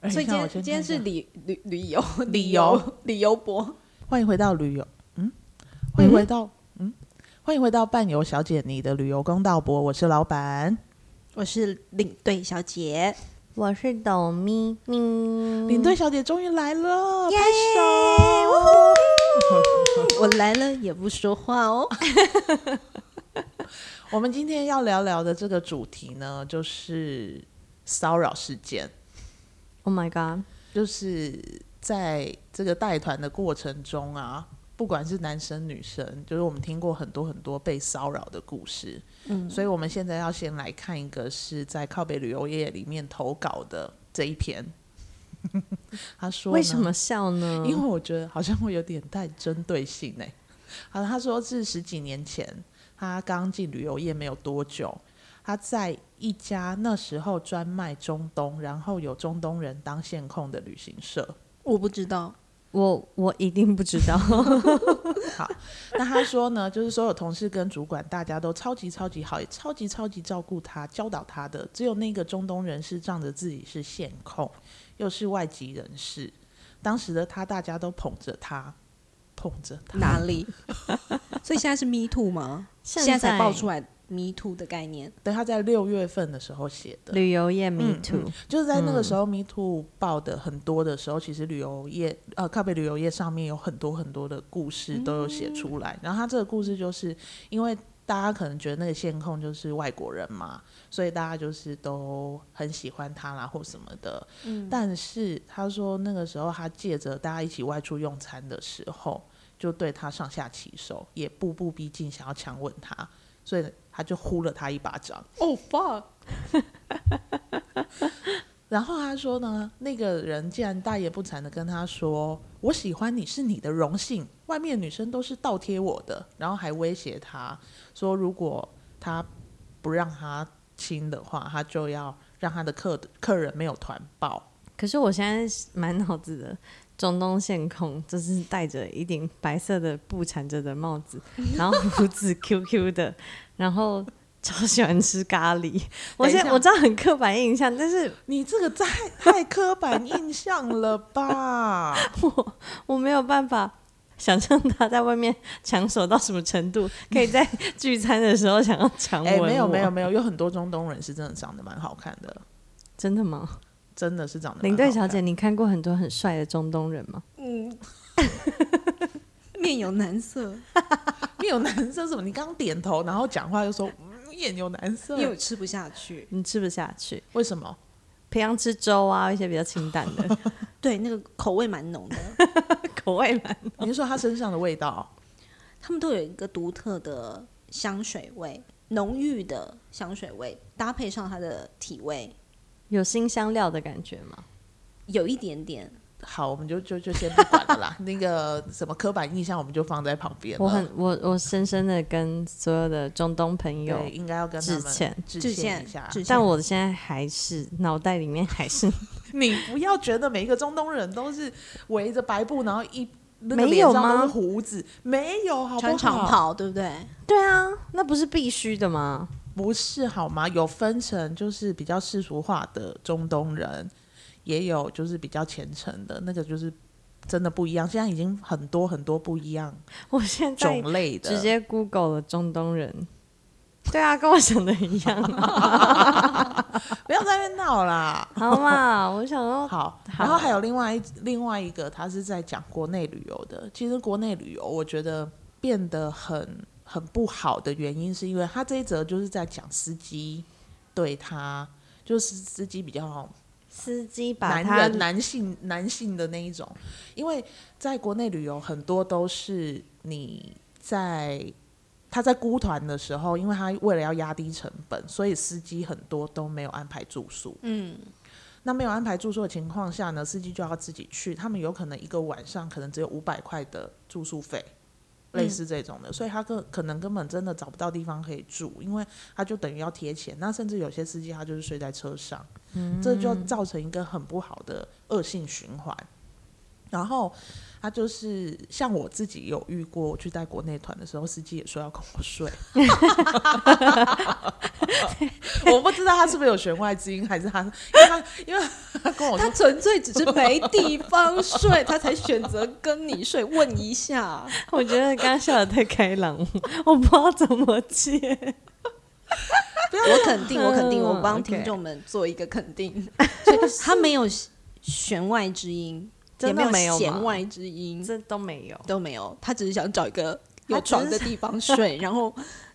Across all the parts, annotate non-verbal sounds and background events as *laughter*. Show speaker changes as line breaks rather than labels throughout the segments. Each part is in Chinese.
哎
所以今
让我先
天今天
看一
是
下
旅旅旅游
*laughs* 旅游
游旅游博，
欢迎回到旅游，嗯，欢迎回到嗯欢迎回到伴游小姐你的旅游公道博，我是老板。
我是领队小姐，
我是董咪咪，
领队小姐终于来了，拍手！ *laughs*
我来了也不说话哦。
我们今天要聊聊的这个主题呢，就是骚扰事件，
*laughs* ，Oh my god，
就是在这个带团的过程中啊，不管是男生女生，就是我们听过很多很多被骚扰的故事，
嗯，
所以我们现在要先来看一个是在靠北旅游业里面投稿的这一篇。 *laughs* 他说呢
为什么笑呢？
因为我觉得好像会有点带针对性哎、好，他说是十几年前，他刚进旅游业没有多久，他在一家那时候专卖中东，然后有中东人当线控的旅行社。
我不知道，
我我一定不知
*laughs*
道，
好，那他说呢，就是所有同事跟主管大家都超级超级好，也超级超级照顾他、教导他的。只有那个中东人是仗着自己是线控，又是外籍人士，当时的他大家都捧着他，捧着他。
哪里？ *laughs* 所以现在是 Me Too 吗？
现
现在才
在
爆出来 Me Too 的概念。
对，他在六月份的时候写的，
旅游业 me
嗯
too，
就是在那个时候 Me Too 报的很多的时候，其实旅游业呃靠北旅游业上面有很多很多的故事都有写出来。然后他这个故事就是因为大家可能觉得那个线控就是外国人嘛，所以大家就是都很喜欢他啦或什么的。
嗯
但是他说那个时候他借着大家一起外出用餐的时候，就对他上下其手，也步步逼近，想要强吻他，所以他就呼了他一巴掌。
哦 fuck，
然后他说呢，那个人竟然大言不惭的跟他说：“我喜欢你是你的荣幸，外面女生都是倒贴我的。”然后还威胁他说，如果他不让他亲的话，他就要让他的客客人没有团报。
可是我现在是满脑子的中东线控，就是戴着一顶白色的布缠着的帽子， *laughs* 然后胡子 QQ 的，然后超喜欢吃
*laughs*
咖喱。我现
等一
在
下
我知道很刻板印象，但是
你这个太太刻板印象了吧？
我我没有办法想象他在外面抢手到什么程度，可以在聚餐的时候想要强吻
哎、
我。
没有没有，没有，有很多中东人是真的长得蛮好看的，
真的吗？
真的是长得蛮
领队
嗯好
小
看
姐，你看过很多很帅的中东人吗？
嗯， *laughs* 面有难色，
面有男生什么？你刚点头，然后讲话又说嗯面有男色
因，为我吃不下去。
你吃不下去，
为什么？
平常吃粥啊，一些比较清淡
*laughs*
的
对，那个口味蛮浓的， *laughs*
口味蛮。
你是说他身上的味道？
他们都有一个独特的香水味，浓郁的香水味，搭配上它的体味，
有新香料的感觉吗？
有一点点。
好，我们就就就先不管了啦。 *laughs* 那个什么刻板印象，我们就放在旁边了。
我很我我深深的跟所有的中东朋友
对，应该要跟他
致
们
歉，
致
致
歉一
歉
下。
致歉
但我现在还是脑袋里面还
*laughs*
是
你不要觉得每一个中东人都是围着白布，然后一那个
没
脸
有
上都是
吗
胡子，没有好不
穿长
好？
袍，对不对？
对啊，那不是必须的吗？
不是好吗？有分成，就是比较世俗化的中东人，也有就是比较虔诚的，那个就是真的不一样。现在已经很多很多不一样
我现在
种类的，
直接 Google 了中东人。对啊，跟我想的一样
*laughs*
啊，
不要在那边闹啦。
好嘛？我想说，
好，
哦好
然后还有另外一另外一个，他是在讲国内旅游的。其实国内旅游，我觉得变得很很不好的原因，是因为他这一则就是在讲司机对他，就是司机比较
司机把
男
他
人啊男性男性的那一种，因为在国内旅游很多都是你在。他在孤团的时候，因为他为了要压低成本，所以司机很多都没有安排住宿。
嗯，
那没有安排住宿的情况下呢，司机就要自己去。他们有可能一个晚上可能只有五百块的住宿费，类似这种的，所以他根可能根本真的找不到地方可以住，因为他就等于要贴钱。那甚至有些司机他就是睡在车上，这就造成一个很不好的恶性循环。然后他就是像我自己有遇过，我去带国内团的时候，司机也说要跟我睡。我不知道他是不是有弦外之音，还是他因为他因为他跟我
他
说
纯粹只是没地方睡，他才选择跟你睡。问一下，
我觉得刚刚笑的太开朗，我不知道怎么接。
*laughs* 我肯定，我肯定，
嗯
我帮
OK
听众们做一个肯定。所以 *laughs* 他没有弦外之音，也
真的没有吗
弦外之音，
这都没有。
都没有。他只是想找一个有
他只是
床的地
*laughs*
方睡。然后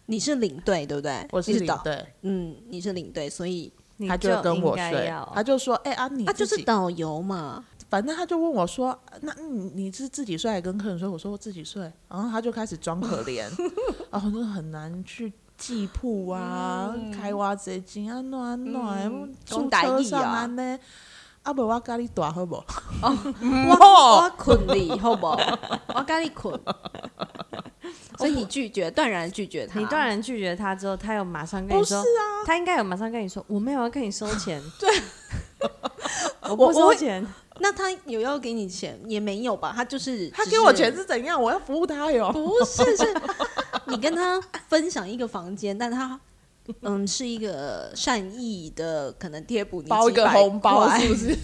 你是领队，对不对？
我是
你
领
导，
队，
嗯，你是领队，所以
你
他就跟我
应该
睡
要，
他就说：“哎、啊，你
他就
自
是
己
导游嘛。
反正他就问我说：“那你你是自己睡还是跟客人睡？”我说：“我自己睡。”然后他就开始装可怜，
*laughs*
然后就很难去寄铺啊、开挖掘机啊、暖啊暖啊
嗯，
住
讲台
车
语
上
啊哦
安呢。啊，不，我咖喱大好不？ *laughs* 哦
我我困你，好不好？我跟你
*laughs*
困。所以你拒绝，断然拒绝他。
你断然拒绝他啊之后，他有马上跟你说，
啊
他应该有马上跟你说，我没有要跟你收 *laughs* 钱，对，我
我
不收
会
钱，
那他有要给你钱也没有吧？他就是
他
只
给我钱是怎样？我要服务他哟。
不是是你跟他分享一个房间，但他嗯是一个善意的，可能贴补你
包一个
几百
红包
块
是不是？
*laughs*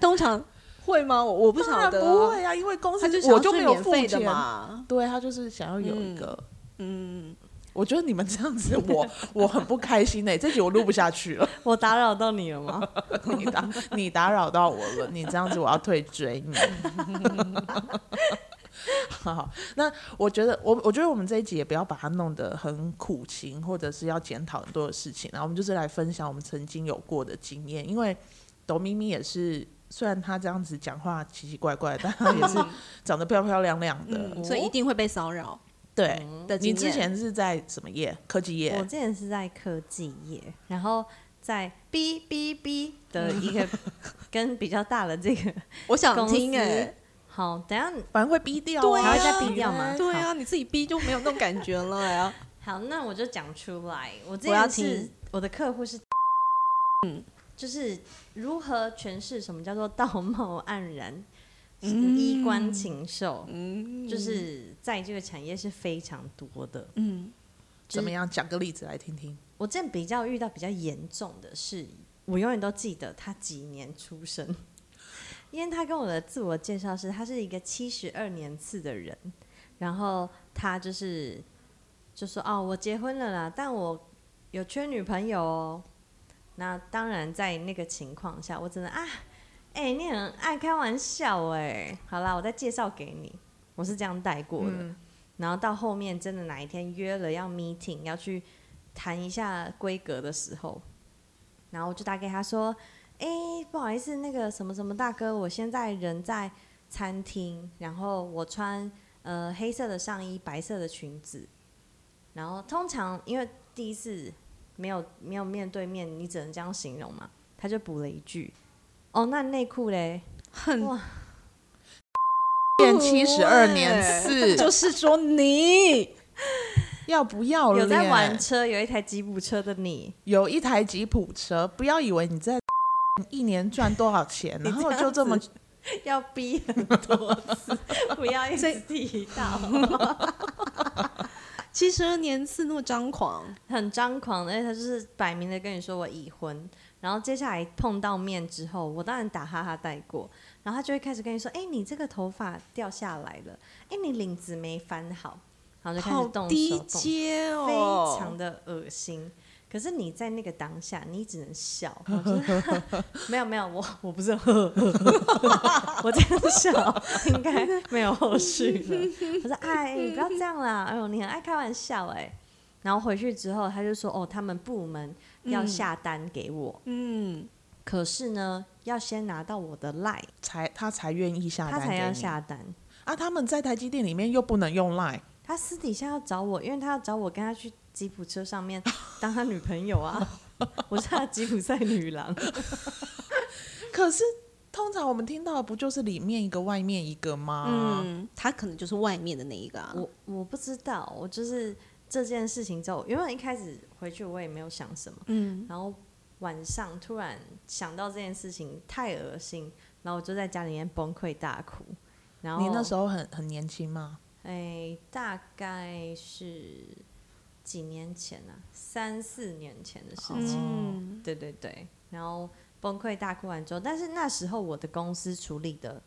通常会吗？我我不
当
晓
然
得啊、
不会啊，因为公司
他就想
我
要
就
最
没有
免
付
费的
钱。
嘛。
对他就是想要有一个，
嗯，
我觉得你们这样子我，
*laughs*
我很不开心呢、这集我录不下去了。
我打扰到你了 *laughs* 吗？
你打你打扰到我了，你这样子我要退追你。 *laughs* 好，那我觉得我我觉得我们这一集也不要把它弄得很苦情，或者是要检讨很多的事情，然后我们就是来分享我们曾经有过的经验，因为董咪咪也是。虽然她这样子讲话奇奇怪怪，但她 *laughs*
*laughs*
也是长得漂漂亮亮的。
嗯所以一定会被骚扰
对，
的经
你之
验。
前是在什么业？科技
嗯我
业
之。前是在科技业，然后在 B B B 的一个跟比较大的这个，
我想
公司
听哎、
好，等一下
反正会逼掉、
对啊
还
还
会
会
再
再
逼
逼
掉
掉
吗
吗？
对啊，你自己逼就没有那种感觉了呀、
*laughs*
好，那我就讲出来。我这
我要
前是
听
我的客户是，
嗯
嗯，就是如何诠释什么叫做道貌岸然、
嗯
衣冠禽兽，
嗯，
就是在这个产业是非常多的。
嗯，
怎么样？讲个例子来听听。
我之前比较遇到比较严重的是，我永远都记得他几年出生， *laughs* 因为他跟我的自我介绍是他是一个七十二年次的人，然后他就是就说哦，我结婚了啦，但我有缺女朋友哦。那当然，在那个情况下，我只能啊，哎、你很爱开玩笑哎、好啦，我再介绍给你，我是这样带过的。然后到后面真的哪一天约了要 meeting 要去谈一下规格的时候，然后我就打给他说：“哎、不好意思，那个什么什么大哥，我现在人在餐厅，然后我穿呃黑色的上衣，白色的裙子，然后通常因为第一次没有没有面对面，你只能这样形容嘛。”他就补了一句：“哦，那内裤嘞？”
很
哇，
变七十二年次，
*laughs*
啊
*laughs*
就是说你
要不要
有
脸？
在玩车，有一台吉普车的你，
有一台吉普车，不要以为你在一年赚多少钱，然后就这么
要逼很多次，不要一直提到，
七十二年次那么张狂，
很张狂，而且他就是摆明的跟你说我已婚，然后接下来碰到面之后，我当然打哈哈带过，然后他就会开始跟你说，哎、你这个头发掉下来了，哎、你领子没翻好，然后就开
好
始动手
低
动脚
阶哦，
非常的恶心。可是你在那个当下，你只能笑，我就是 *laughs* 没有没有，我我不是呵呵呵， *laughs* 我这样笑应该没有后续了。我说哎，你不要这样啦，哎呦，你很爱开玩笑哎、然后回去之后，他就说哦，他们部门要
嗯
下单给我，
嗯，
可是呢，要先拿到我的 line，
才他才愿意下
他
单给
才
你
要下单。
啊！他们在台积电里面又不能用 Line，
他私底下要找我，因为他要找我跟他去吉普车上面当他女朋友
*laughs*
啊，我是他的吉普赛女郎。
可是通常我们听到的不就是里面一个外面一个吗？
嗯，他可能就是外面的那一个、啊。
我我不知道，我就是这件事情之后，因为一开始回去我也没有想什么，
嗯
然后晚上突然想到这件事情太恶心，然后我就在家里面崩溃大哭。然后
你那时
候
候很很年轻吗？
哎，大概是几年前啊，三四年前的事
哦
情。
嗯，
对对对，然后崩溃大哭完之后，但是那时候我的公司处理的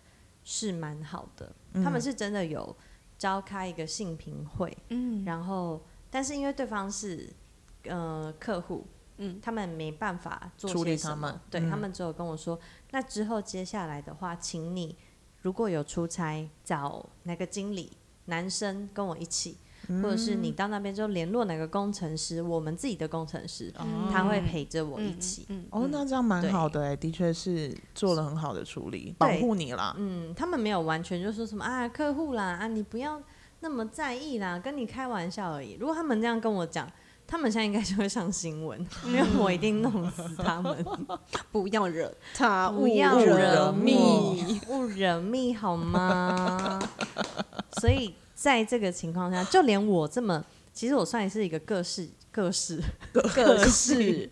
是蛮好的，他们
嗯
是真的有召开一个性评会，
嗯，
然后但是因为对方是呃客户，
嗯，
他们没办法做
处
些
理
什
他
么
们
对、
嗯
他们只有跟我说，那之后接下来的话，请你如果有出差找哪个经理男生跟我一起，
嗯
或者是你到那边就联络哪个工程师，我们自己的工程师，
哦
嗯他会陪着我一
嗯
起。
嗯，
哦，那这样蛮
对
好的哎、的确是做了很好的处理，保护你啦。
嗯，他们没有完全就说什么啊，客户啦，啊，你不要那么在意啦，跟你开玩笑而已。如果他们这样跟我讲，他们现在应该就会上新 *laughs* 闻，因为我一定弄死他 *laughs* 们。
不要惹他，
不要
勿
惹
蜜
我。
勿惹蜜好 *laughs* 吗？所以在这个情况下，就连我这么，其实我算是一个各式各式
各式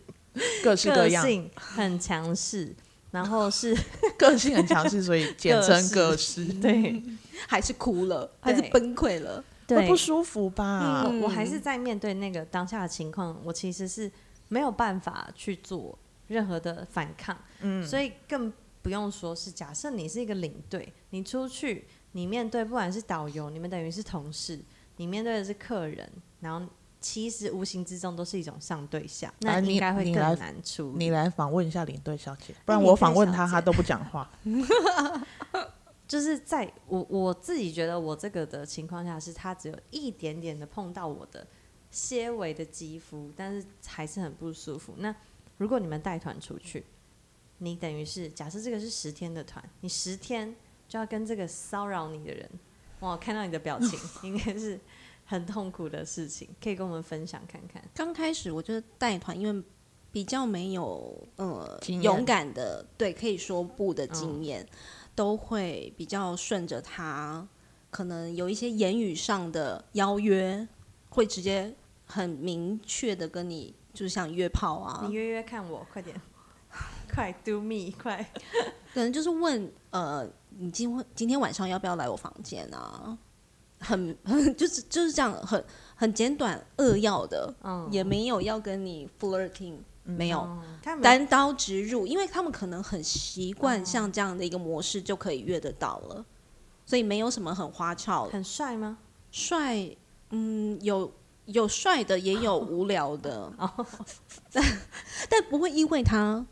各式各
个
样，
性很强势，然后是 *laughs*
个性很强势，所以简称各式。
对
还是哭了，还是
对
崩溃了。
会
对
不舒服吧？
嗯
我还是在面对那个当下的情况，我其实是没有办法去做任何的反抗，
嗯，
所以更不用说是假设你是一个领队，你出去你面对不管是导游，你们等于是同事，你面对的是客人，然后其实无形之中都是一种上对下，那
来啊你
应该会
你
更
来
难处理。
你来访问一下领队小姐，不
那
然
领
我
队
访问
小
她，
姐
她都不讲话。
就是在我我自己觉得我这个的情况下，是他只有一点点的碰到我的些微的肌肤，但是还是很不舒服。那如果你们带团出去，你等于是假设这个是十天的团，你十天就要跟这个骚扰你的人，哇，我看到你的表
*laughs*
情应该是很痛苦的事情，可以跟我们分享看看。
刚开始我就是带团，因为比较没有呃
经验
勇敢的，对，可以说不的经验，都会比较顺着他，可能有一些言语上的邀约，会直接很明确的跟你，就像约炮啊
你，约约看我，快
*laughs*
点，快 do me，快。
可能就是问呃，你今晚今天晚上要不要来我房间啊？很 *laughs* 很就是就是这样，很很简短扼要的，
嗯
也没有要跟你 flirting，、没有。
嗯他们
单刀直入，因为他们可能很习惯像这样的一个模式就可以约得到了，所以没有什么很花俏。
很帅吗？
帅，嗯，有有帅的，也有无聊
*laughs*
的，
哦
*laughs* 但不会因为他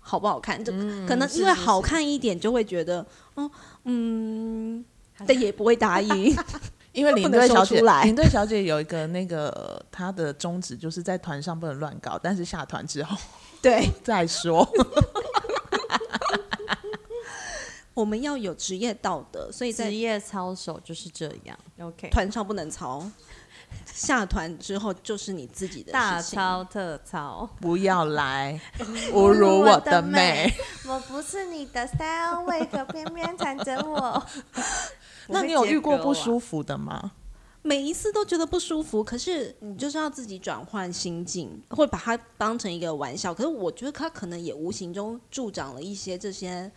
好不好看，就
嗯
可能因为好看一点就会觉得，哦，嗯，但也不会
*laughs*
答应。
因为
不
领
能
队
说
小
出
姐，
来
领队小姐有一个那个她的宗旨，就是在团上不能乱搞，但是下团之后 *laughs*
对，
再说。
我们要有职业道德，所以在
职业操守就是这样。OK，
团上不能操，下团之后就是你自己的
大
事情。
操特操，
不要来侮辱我的美。
*laughs* 我不是你的 style，为何偏偏缠着我？
那你有遇过不
服？
舒服的吗？
每一次都觉得不舒
嗯
服，可是你就是要自己转换心境，会把它当成一个玩笑。可是我觉得他可能也无形中助长了一些这些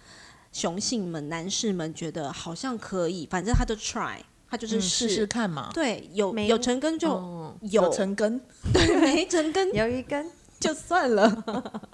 雄性们、男士们觉得好像可以，反正他就 try，他就是
嗯试试
试。
看嘛，
对，有
没
有成根就
嗯
有， *laughs*
成根。
对没成根
有一根
就算了。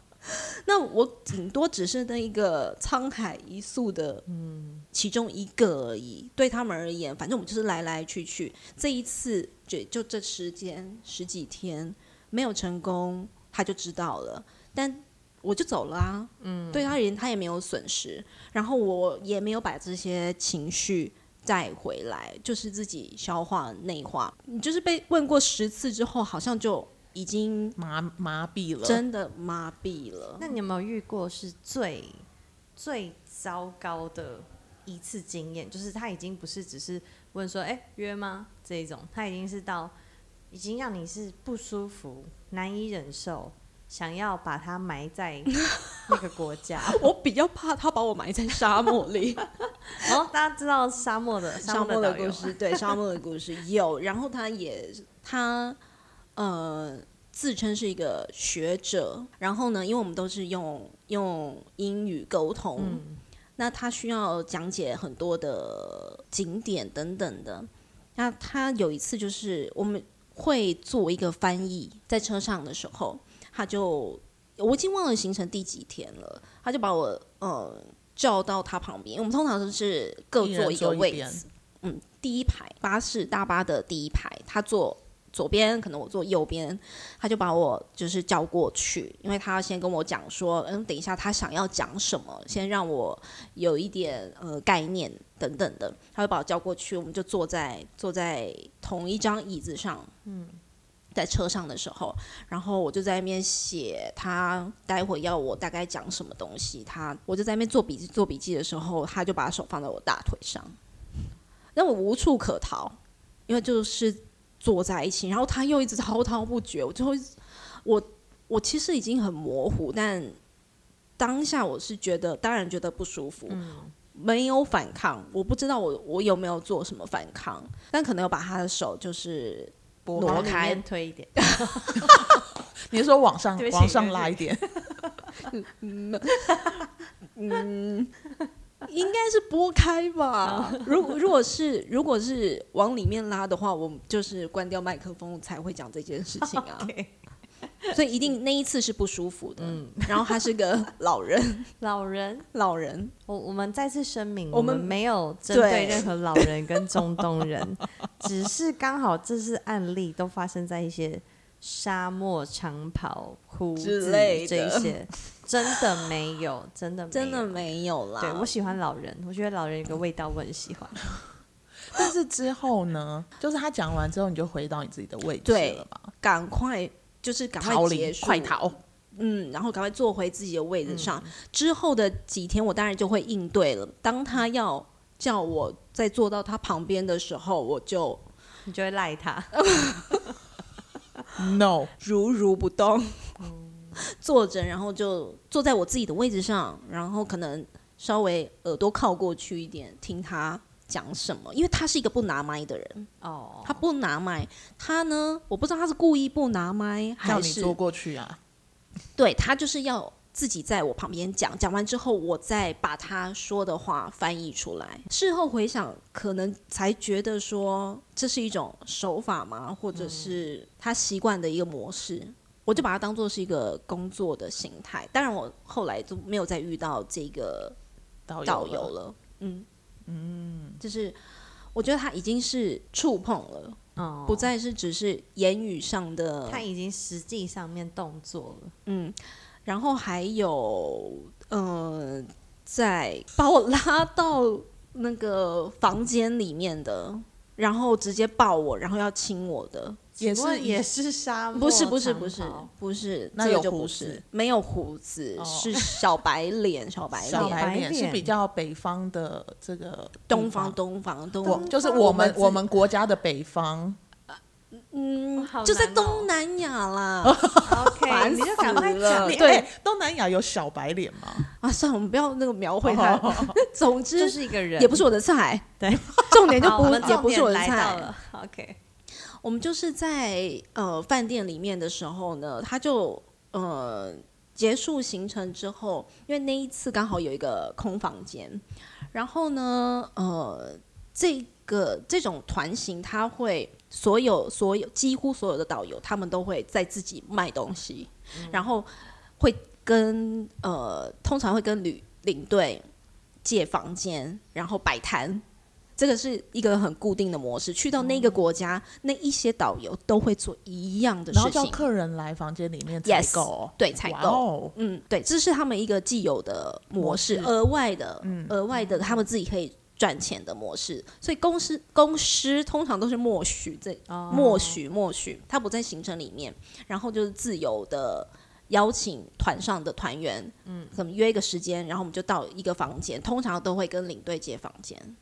那我顶多只是那一个沧海一粟的，嗯，其中一个而已。对他们而言，反正我们就是来来去去。这一次就就这时间十几天没有成功，他就知道了。但我就走了啊，嗯，对他而言他也没有损失，然后我也没有把这些情绪再回来，就是自己消化内化。你就是被问过十次之后，好像就已经
麻麻痹了，
真的麻痹了。
那你有没有遇过是最最糟糕的一次经验？就是他已经不是只是问说“哎、约吗”这一种，他已经是到已经让你是不舒服、难以忍受，想要把它埋在那个国家。
我比较怕他把我埋在沙漠里。
哦，大家知道沙漠的
沙漠
漠
的
导
故
游
事，对沙漠的故事有。然后他也他呃自称是一个学者，然后呢，因为我们都是用用英语沟通，那他需要讲解很多的景点等等的。那他有一次就是我们会做一个翻译，在车上的时候，他就我已经忘了行程第几天了，他就把我呃叫到他旁边，我们通常都是各
一人
坐一个
坐一
位
边
置，嗯，第一排巴士大巴的第一排，他坐左边，可能我坐右边，他就把我就是叫过去，因为他要先跟我讲说，嗯，等一下他想要讲什么，先让我有一点呃概念等等的，他会把我叫过去，我们就坐在坐在同一张椅子上，嗯，在车上的时候，然后我就在那边写他待会要我大概讲什么东西，他我就在那边做笔记做笔记的时候，他就把手放在我大腿上，让我无处可逃，因为就是坐在一起，然后他又一直滔滔不绝，我最后一直我我其实已经很模糊，但当下我是觉得当然觉得不舒服。没有反抗，我不知道我我有没有做什么反抗，但可能有把他的手就是
拨
挪
开
往里
开
面推一点，
你是说往上
对不起
往上拉一点，
应该是拨开
*laughs*
吧。如果如果是如果是往里面拉的话，我就是关掉麦克风才会讲这件事情
*laughs*
啊。所以一定那一次是不舒服的。
嗯
然后他是个
*laughs*
老人，
*laughs* 老人，
老人
我我们再次声明，
我
我们
们
没有针对
对
任何老人跟中东人， *laughs* 只是刚好这是案例都发生在一些沙漠长袍、胡
之
子
类的
这一些，真的没有， *laughs* 真的没有
真的。没有啦。
对我喜欢老人，我觉得老人有个味道，我很喜欢。
但是之后呢，就是他讲完之后，你就回到你自己的位置
对
了嘛，
赶快就是赶
逃
快
离
结，束，
快！逃。嗯
嗯，然后赶快坐回自己的位置上。之后的几天，我当然就会应对了。当他要叫我再坐到他旁边的时候，我就
你就会赖他，
No，
如如不动，坐着，然后就坐在我自己的位置上，然后可能稍微耳朵靠过去一点，听他讲什么，因为他是一个不拿麦的人，
哦，
他不拿麦，他呢，我不知道他是故意不拿麦
叫
还
你
是
坐过去啊。
对他就是要自己在我旁边讲，讲完之后我再把他说的话翻译出来。事后回想，可能才觉得说这是一种手法吗？或者是他习惯的一个模式。我就把它当做是一个工作的形态，当然我后来就没有再遇到这个
导
导
游
游
了，
了。嗯嗯，就是我觉得他已经是触碰了，
哦
不再是只是言语上的
他已经实际上面动作了，
嗯，然后还有，嗯、在把我拉到那个房间里面的，然后直接抱我，然后要亲我的，
也
请问
是
也是沙漠，
不是不是不是
哦长袍
不是，
那
这个
有
就
胡
不
子
是，没有胡子，
哦
是小白脸，小白
小
脸，
白脸
白
是
脸
比较北方的这个
嗯
东
地
方东方东
我
方，
就是
方
我
我们
们
自己
我们国家的北方，
嗯
好，
就在
难哦哦
东南亚啦。
，OK，
烦
你就赶快
死了
讲
呃
你
对
哎东南亚有小白脸吗？
啊，算了，我们不要那个描绘
哦
它。 *laughs* 总之
就是一个人，
也不是我的菜，
对，
重点就
好
不
我们
也
重
不是
点
我的
来
菜
到。了，OK，
我们就是在呃饭店里面的时候呢，他就呃结束行程之后，因为那一次刚好有一个空房间，然后呢，呃，这个这种团型，他会所有所有几乎所有的导游，他们都会在自己卖东西，然后会跟呃通常会跟旅领队借房间，然后摆摊。这个是一个很固定的模式，去到那个国家，那一些导游都会做一样的
然后
事
叫
情，
客人来房间里面采
Yes，
购哦，
对采
哇
购。
哦，
嗯，对，这是他们一个既有的模式，嗯
模式
额外的，额外的他们自己可以赚钱的模式。所以公司公司通常都是默许这
哦
默许默许，它不在行程里面，然后就是自由的邀请团上的团员，嗯，可能约一个时间，然后我们就到一个房间，通常都会跟领队借房间，
嗯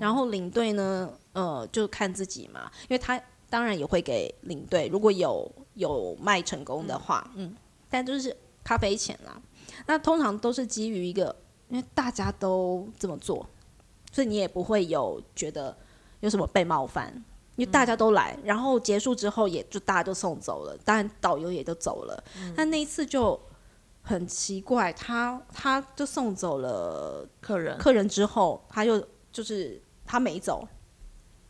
然后领队呢，呃，就看自己嘛，因为他当然也会给领队，如果有有卖成功的话，嗯，但就是咖啡钱啦，那通常都是基于一个，因为大家都这么做，所以你也不会有觉得有什么被冒犯，因因为大家都来，然后结束之后也就大家都送走了，当然导游也就走了。但那一次就很奇怪，他他就送走了
客人
客人之后，他就就是他没走，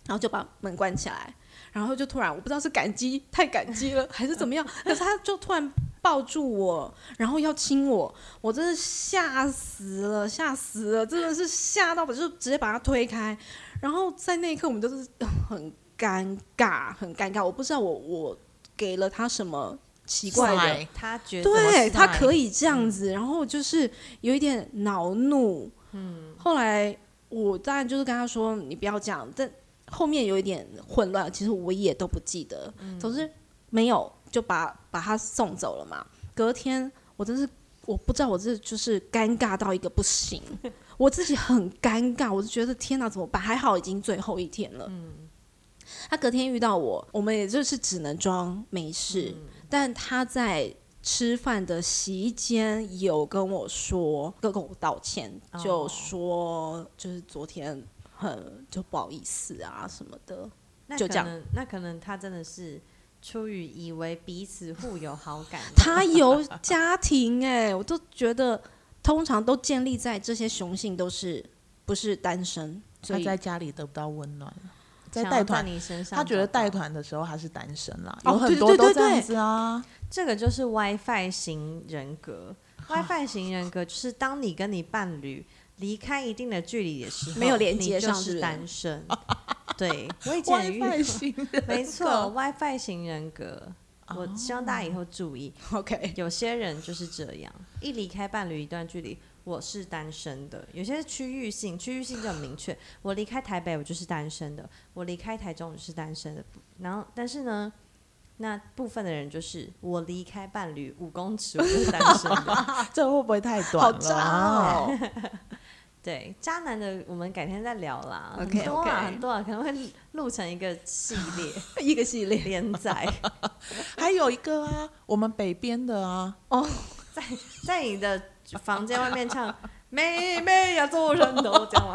然后就把门关起来，然后就突然我不知道是感激太感激了还是怎么样，可是他就突然抱住我，然后要亲我，我真的吓死了，吓死了，真的是吓到我，就直接把他推开，然后在那一刻我们就是很尴尬，很尴尬，我不知道我我给了他什么奇怪的。
塞
他觉得
对他
塞
可以这样子，然后就是有一点恼怒。嗯，后来我当然就是跟他说你不要这样，但后面有一点混乱，其实我也都不记得。总之没有就把把他送走了嘛。隔天我真是我不知道我这就是尴尬到一个不行，我自己很尴尬，我就觉得天哪怎么办？还好已经最后一天了。他隔天遇到我，我们也就是只能装没事。但他在吃饭的席间有跟我说，跟跟我道歉，
哦
就说就是昨天很就不好意思啊什么的。
那
就
可
这样
能那可能他真的是出于以为彼此互有好感，
他有家庭哎、 *laughs* 我都觉得通常都建立在这些雄性都是不是单身，所
他
以
在家里得不到温暖，在
想要
带团
你身上，
他觉得带。团的时候他是单身啦，
哦
有很
对
多
对对
都
对
这样子啊。
这个就是 WiFi 型人格。WiFi 型人格就是当你跟你伴侣离开一定的距离的时候，
没有连接
你就
上
是
是
单身。对，我以前也遇过
WiFi 型
*laughs*
人
没错哦
格
，WiFi 型人格。我希望大家以后注意，
OK
有些人就是这样，一离开伴侣一段距离，我是单身的。有些是区域性，区域性就很明确，我离开台北我就是单身的，我离开台中我就是单身的。然后，但是呢，那部分的人就是我离开伴侣五公尺我就是单身的。
*laughs*
*laughs*
这会不会太
好
短了
渣
啊？
哦，
对，渣男的我们改天再聊啦
OK，
很多啊
OK
很多啊，可能会录成一个系列
*laughs* 一个系列
连载。
还有一个啊，我们北边的啊，
在你的房间外面唱 *laughs* “妹妹呀，做人头”这样吗？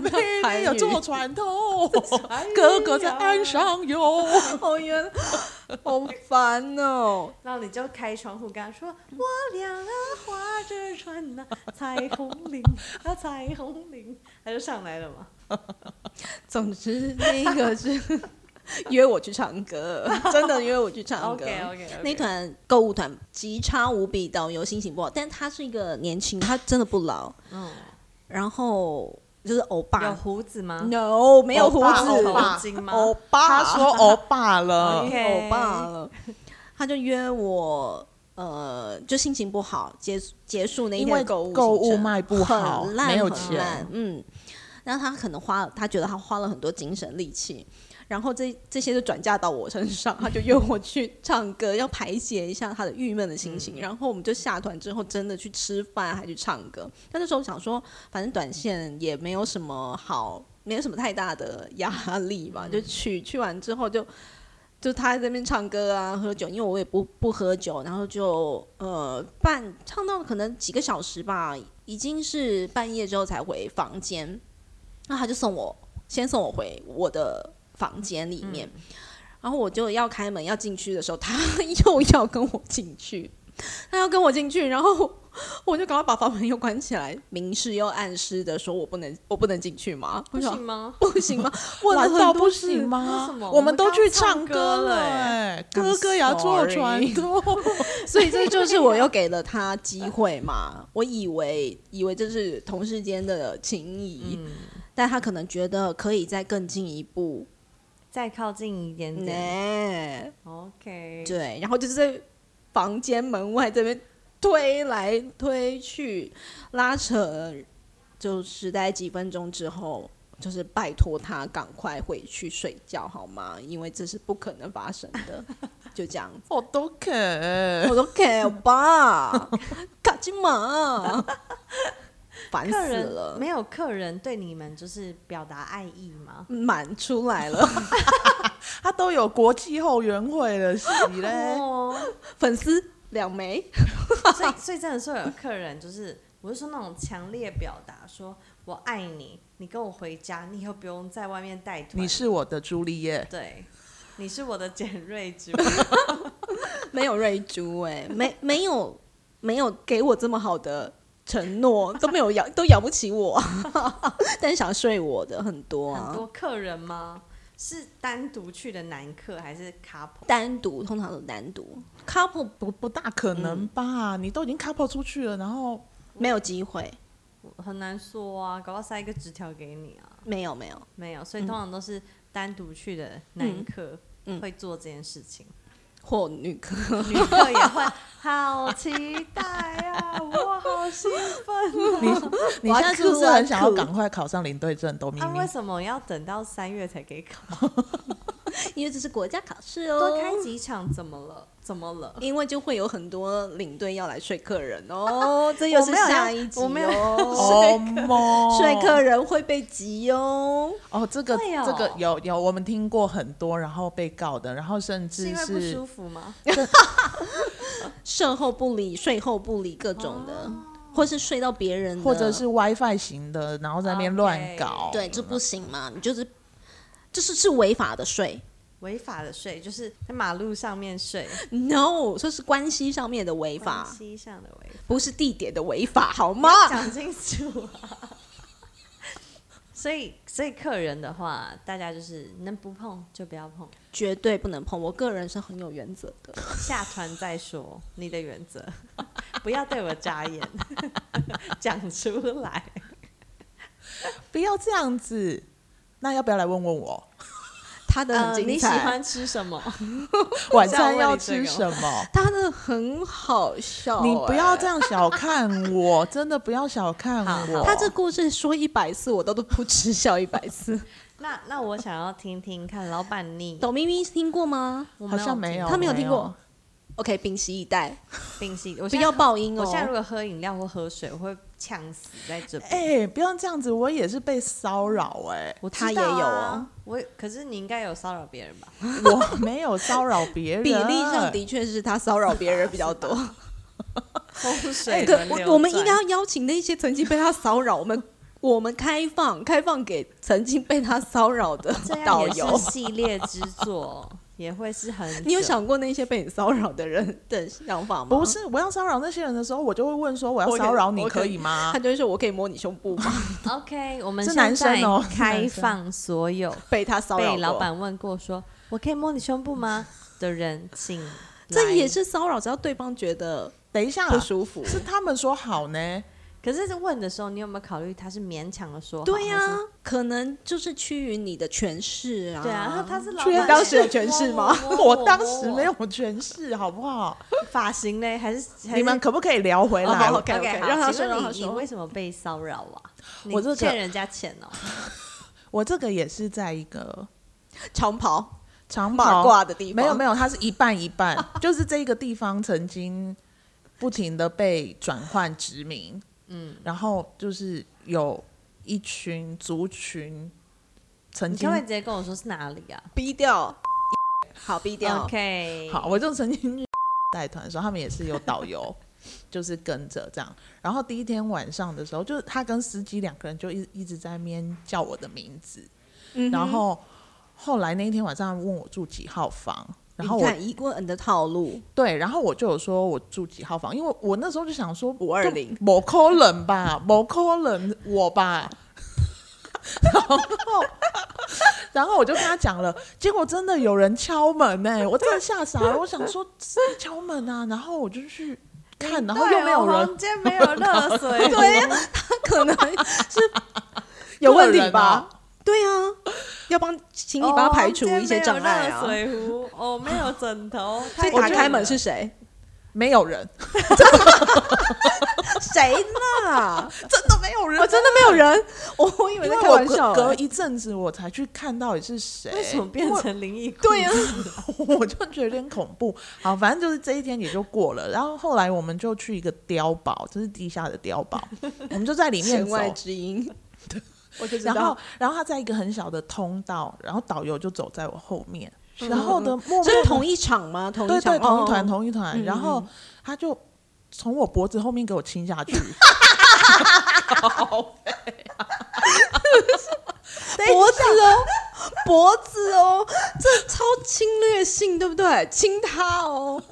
妹妹有坐船头，哥哥
哥哥
在
在
岸
岸
上游。
好冤，好烦哦。
然后你就开窗户跟他说：“我俩啊，划着船呐、彩虹铃啊，彩虹铃。”他就上来了嘛。
总之，那个是 *laughs* 约我去唱歌， *laughs* 真的约我去唱歌。
OK OK OK。
那团购物团极差无比，导游心情不好，但他是一个年轻，他真的不老，
嗯，
然后就是欧
有
巴
胡子吗？
，no 没有胡
欧巴
子，
欧巴
头巾吗？
欧
他
巴，
说欧巴了
*laughs* OK，
欧巴了，他就约我。呃，就心情不好，结结束那一
因
天
为
的购物
购
行
物
程
卖不好，
很烂
没有
很
钱。
烂，嗯，然后他可能花了，他觉得他花了很多精神力气，然后这这些就转嫁到我身上，他就约我去唱歌，要排解一下他的郁闷的心
嗯
情。然后我们就下团之后，真的去吃饭，还去唱歌。但那时候想说，反正短线也没有什么好，没有什么太大的压力吧，就去去完之后就。就他在那边唱歌啊，喝酒，因为我也不不喝酒，然后就呃半唱到可能几个小时吧，已经是半夜之后才回房间，那他就送我先送我回我的房间里面，然后我就要开门要进去的时候，他又要跟我进去， *laughs* 他要跟我进去，然后我就赶快把房门又关起来，明示又暗示的说我不能我不能进去吗？
不
我想
行吗？
*laughs* 不行吗？问了
难
很
道
多
不
次
行
为
吗
什么？
们都去唱
我们刚刚唱歌
了、
了
哎，
I'm
哥哥也要坐
sorry
船头。
所以这就是我又给了他机会嘛。 *laughs* 我以为以为这是同事间的情谊，但他可能觉得可以再更进一步。
再靠近一点
呢、
点。OK。
对，然后嗯就是在房间门外这边推来推去拉扯，就是大概几分钟之后。就是拜托他赶快回去睡觉好吗？因为这是不可能发生的，就这样子。
*laughs* 我都肯。
我都 care 吧，卡金嘛，烦
客
死
人
了，
没有客人对你们就是表达爱意吗？
嗯满出来了，
他都有国际后援会了，是你嘞？
哦，
*laughs* 粉丝两枚，
*laughs* 所以所以真的是会有客人就是。我是说那种强烈表达，说我爱你，你跟我回家，你以后不用在外面带团。
你是我的朱丽叶，
对，你是我的简瑞之王。
没有瑞珠哎、 *laughs* 没没有没有给我这么好的承诺，都没有养 *laughs* 都养不起我，但是想睡我的很多啊。
很多客人吗？是单独去的男客还是 couple？
单独通常都单独
couple 不不大可能吧？嗯你都已经 couple 出去了，然
*laughs*
后
没有机会，
我很难说啊，搞不好塞一个纸条给你啊，
没有没有。
没有，所以通常都是单独去的男客
嗯嗯
会做这件事情，
或女科，
女客也会好期待啊，我好兴奋啊
你你现在是不是很想要
哇酷啊酷
赶快考上领队证？都明
啊！啊，
明
为什么要等到三月才给考？
*laughs* 因为这是国家考试哦。
多开几场怎么了？怎么了？
因为就会有很多领队要来睡客人
*laughs*
哦，这又
我
是
没有要
下一集
我没有
哦，
哦
*laughs*
么
睡客人会被急哦。
哦，这个
会哦
这个有有，我们听过很多，然后被告的，然后甚
是
至
因为不舒
是
服吗？
售后不理、睡后不理各种的，
哦
或是睡到别人的，
或者是 WiFi 型的，然后在那边乱
哦 OK
搞，
对，这不行嘛，你就是就是是违法的睡
违法的睡就是在马路上面睡，
，no，这是关系上面的违
关
法，
系上的违法。
不是地点的违法，好吗？
讲清楚啊。所以，所以客人的话，大家就是能不碰就不要碰，
绝对不能碰，我个人是很有原则的。
下团再说你的原 *laughs* 则，不要对我眨 *laughs* 眼，讲出来。
不要这样子。那要不要来问问
*laughs*
我，
他的很
呃你
精
喜
彩，
欢吃什么？
晚餐
问
要
你这
吃
个
什么？
他的很好笑、
你不要
哎
这样小看我，真的不要小看
好
我。
他这故事说一百次，我都都不止笑一百次。
那那我想要听听看，老板你
*laughs* 董咪咪听过吗
我
好像没有，
他没有听过？OK，屏息以待，
冰心，我
不
现
要
在。
爆音
我现在如
哦。
果喝饮料或喝水，我会呛死在这边。
哎、不要这样子，我也是被骚扰哎，
我知
他也
道
有
啊
哦，
我可是你应该有骚扰别
*laughs*
人吧？
我 *laughs* 没有骚扰别人，
比例上的确是他骚扰别人比较 *laughs* 多。
风水
哎可
轮流
我我们应
转
该要邀请那些曾经被他骚扰，我们我们开放开放给曾经被他骚扰 *laughs* 的
这样
导
也
游
是。系列之作，也会是很久。
你有想过那些被你骚扰的人的想法吗？
不，是我要骚扰那些人的时候，我就会问说我要
我可
骚扰你
我可
可以吗
他？就会说：“我可以 *laughs* 摸你胸部吗
OK？我们
是男生哦
现在开放所有？”
*laughs* 被他骚扰
被
过，
老板问过说“我可以摸你胸部吗”
*laughs*
的人，请来
这也。是骚扰，只要对方觉得
等一下，
不舒服，
是他们说好
*laughs*
呢，
可是问的时候，你有没有考虑他是勉强的说好？
对呀、
还是
可能就是趋于你的权势啊。
对啊，他他是老
确
板
实当时有权势吗
摸我摸
*laughs* 我当时没有
摸
诠释，好不好？
我发型嘞，还是还是
你们可不可以聊回
哦
来？
好 OK，OK，
OK 好
让他
请问
说让他
你
说
你为什么被骚扰
*laughs*
啊？你
我这个
欠人家钱哦，
我这个也是在一个
长袍
长
马
袍，
褂的地方，
没有没有，它是一半一
*laughs*
半，就是这个地方曾经不停的被转换殖民，嗯，然后就是有一群族群曾
你
经
可不可以直接跟我说是哪里啊
逼掉， *laughs* 好逼掉。
？OK，
好，我就曾经去带团的时候，他们也是有导游，
*laughs*
就是跟着这样。然后第一天晚上的时候，就是他跟司机两个人就一一直在那边叫我的名字，
嗯哼
然后后来那一天晚上问我住几号房。然后
你
我
看一个人的套路，
对，然后我就有说我住几号房，因为我那时候就想说
520
某扣人吧，某扣人我吧， *laughs* 然后然后我就跟他讲了，结果真的有人敲门呢、我真的吓傻了，我想说谁敲门啊，然后我就去看，然后又没有
对我
哦
人，
房间没
*laughs*
有热水，
对呀、他可能是
有
*laughs* 有问
问
题
题
吧
吧？
对啊，要帮，请你帮他排除一些障碍啊
哦。没有热水壶，哦，没有枕
*laughs*
头，
所
太
以打
热
开门
了
是谁？
没有人，
谁 *laughs* 呢？
真的没有人，
啊我真的没有人， *laughs* 我我以为
因
在
为
开
我
玩
隔
笑
隔
欸。
一阵子我才去看到底是谁，
为什么变
因为
成灵异故事？
对呀、
*laughs* 我就觉得有点恐怖。好，反正就是这一天也就过了。然后后来我们就去一个碉堡，这是地下的碉
*laughs*
堡，我们就在里面
弦
走
外。之音， *laughs* 我就知
然后
道。，
然后他在一个很小的通道，然后导游就走在我后面。
嗯
然后呢，默默
这是
地
同一场吗？同
对
一场，
对同一
哦
团同一团，然后
嗯 *laughs*
他就从我脖子后面给我亲下去。
脖子哦，脖子哦，这超侵略性，对不对？亲他哦，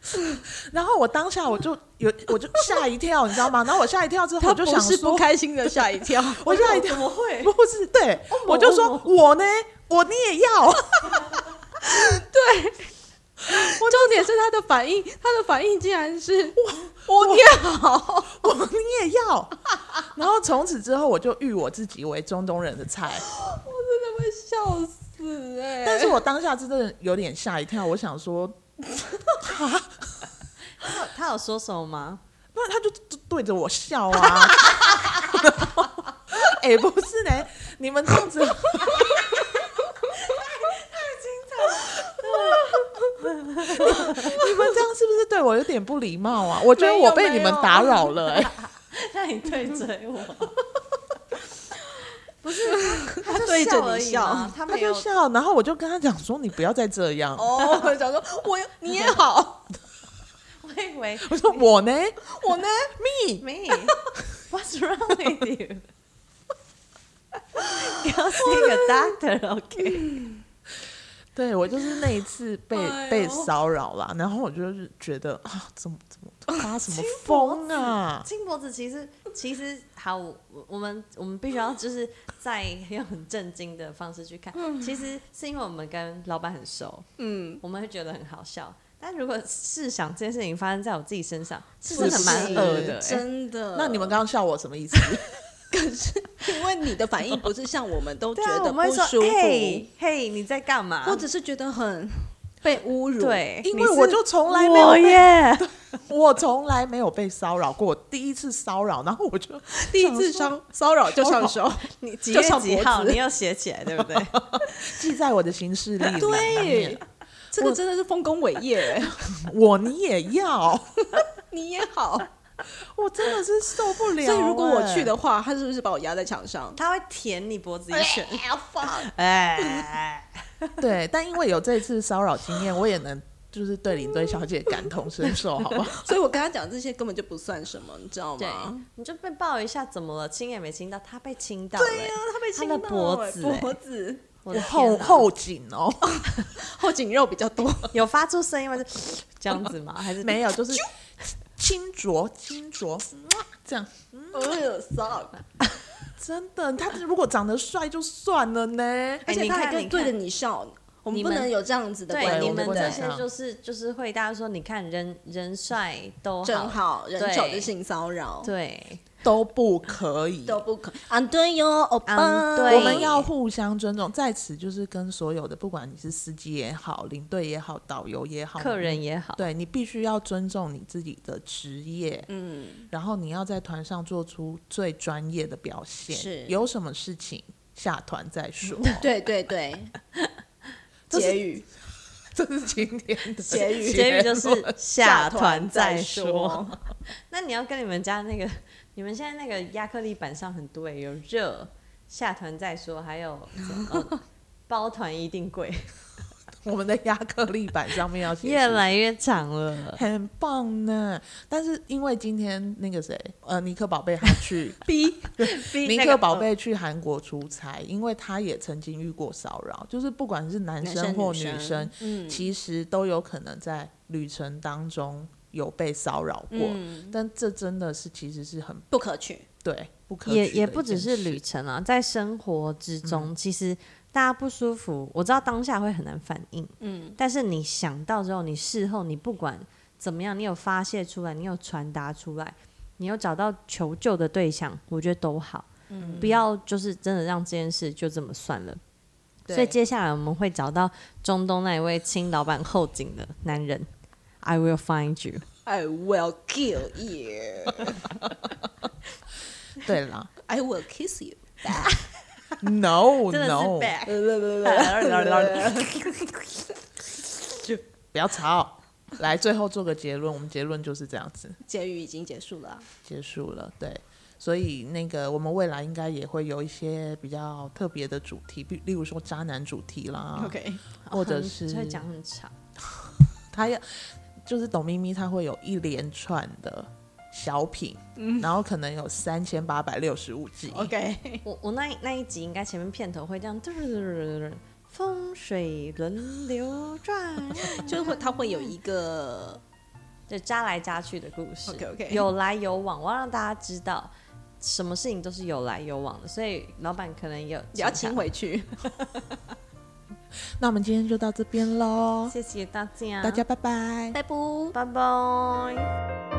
然后我当下我就有我就吓一跳，你知道吗？然后我吓一跳之后，
他
我就
不
想
是不
说，
开心的吓一跳，
我吓一
怎
跳，
么会？
不是对，我就说
哦
我呢，我你也要，
重点是他的反应，他的反应竟然是我啊我念好，
*laughs* 我你也要。然后从此之后，我就誉我自己为中东人的
*laughs*
菜。
我真的会笑死哎、
但是我当下真的有点吓一跳，我想说，
他有说什么吗？
那他就就对着我笑
*laughs*
啊。哎、不是呢，你们这样子，
*laughs*
你们这样是不是对我有点不礼貌啊？我觉得
没有
我被你
没
们
有
打扰了、哎，
那你
*laughs*
对追我？不是，他
就
就
对着
而
你
已嘛
笑
他
他
没
就
有。
笑，然后我就跟他讲说，你不要再这样。
哦，我想说我你也 *laughs* 好，
我以为
我说我呢，
我 *laughs* 呢，
me，
me what's wrong with you？你要是一个 doctor，OK？
对我就是那一次被、
哎呦
被骚扰啦，然后我就是觉得啊，怎么怎么发什么疯啊？
金脖子其实其实好，我我们我们必须要就是在用很震惊的方式去看。其实是因为我们跟老板很熟，
嗯，
我们会觉得很好笑。但如果试想这件事情发生在我自己身上，是
是
真的蛮
是
恶的、欸。
真的。
那你们刚刚笑我什么
*laughs*
意思？
因为你的反应不是像我们 *laughs* 哎都觉
对啊，
得
我
不
们会
舒
说，
服
嘿，，嘿，你在干嘛？
或者是觉得很被侮辱，
对，
因
你
为
是
我就从来没有
我
被，
耶，
我从来没有被骚扰过，第一次骚扰，然后我就
*laughs* 第一次
想说
骚骚扰就上手，
你几
就
月
像
几
脖
号
子
你要写起来，对不对？
记在我的行事
*laughs*
历里
对
面。，
这个真的是丰功伟业欸，
我你也要，
你也
啊
好。
我真的是受不了、
*laughs* 所以如果我去
哎
的话，他是不是把我压在
*laughs*
墙上？
他会舔你脖子一拳，
fuck！
哎，
欸 *laughs* 对，但因为有这次骚扰经验，我也能就是对领队小姐感同身受，好不
*laughs*
好？
所以我跟他讲这些根本就不算什么，你知道
对
吗？，
你就被抱一下，怎么了？亲也没亲到，他被亲到了欸，
啊，他被亲
他
到
的脖子
欸
欸
脖子
我
我
的
后
天哪
后颈哦，
后颈肉比较多， *laughs*
有发出声音吗？就这样子吗？还是
没有，就是轻啄轻啄， *laughs* 这样
呃，suck！
真的，他如果长得帅就算了呢。
而且
哎你
他还
看
跟
你
对着
看
你笑，我们
你
不
们
能有这样子的观
对，你
念，
们
对不
这
对？
些就是就是会大家说，你看人人帅都
真好，人
对
丑就性骚扰，
对，
都不可以，
都不可。啊，对哟，欧巴，
嗯对
我们要互相尊重，在此就是跟所有的，不管你是司机也好、领队也好、导游也好、
客人也好，
对你必须要尊重你自己的职业，
嗯，
然后你要在团上做出最专业的表现。
是
有什么事情下团再
*laughs*
说。
对对对，
这是
结语。
这是今天的
结语
结语就是下团再说 *laughs*
说。。
那你要跟你们家那个，你们现在那个亚克力板上很多欸有热下团再说，还有什么、呃包团一定贵，
我们的亚克力板上面要写
越
出
来越长了。
很棒呢，但是因为今天那个谁，呃，尼克宝贝
*laughs*
他去
B
尼克
嗯
宝贝去韩国出差，因为他也曾经遇过骚扰，就是不管是男
男
生
生
或
女
女
生
生，
嗯
其实都有可能在旅程当中有被骚扰过。
嗯，
但这真的是其实是很
不可取。
对不可
也
取的
也
一
不只
件
是
事嗯
旅程啊，在生活之中，其实大家不舒服，我知道当下会很难反应，
嗯，
但是你想到之后，你事后你不管怎么样，你有发泄出来，你有传达出来，你有找到求救的对象，我觉得都好，嗯，不要就是真的让这件事就这么算了。
对
所以接下来我们会找到中东那一位亲老板后颈的男人，I will find you。
I will kill you.
对
*laughs*
啦
I will kiss you.
，no
真的是
no，
呃
back，
不要吵。来，最后做个结论，我们结论就是这样子。
*laughs* 结语已经结束了。
结束了，对。所以那个我们未来应该也会有一些比较特别的主题，比例如说渣男主题啦
OK，
或者
很
是
会讲很长。
他要就是董咪咪，他会有一连串的小品，然后可能有三千八百六十五集。
嗯 OK，
我我那一那一集应该前面片头会这样，嘟嘟嘟嘟嘟嘟风水轮流
*laughs*
转，
*laughs* 就是会它会有一个
就扎来扎去的故事
OK，OK
有来有往，我要让大家知道什么事情都是有来有往的，所以老板可能也有
也要请回去。
那我们今天就到这边喽
啊
他，谢谢大家，
大家拜拜。
拜拜。
拜拜。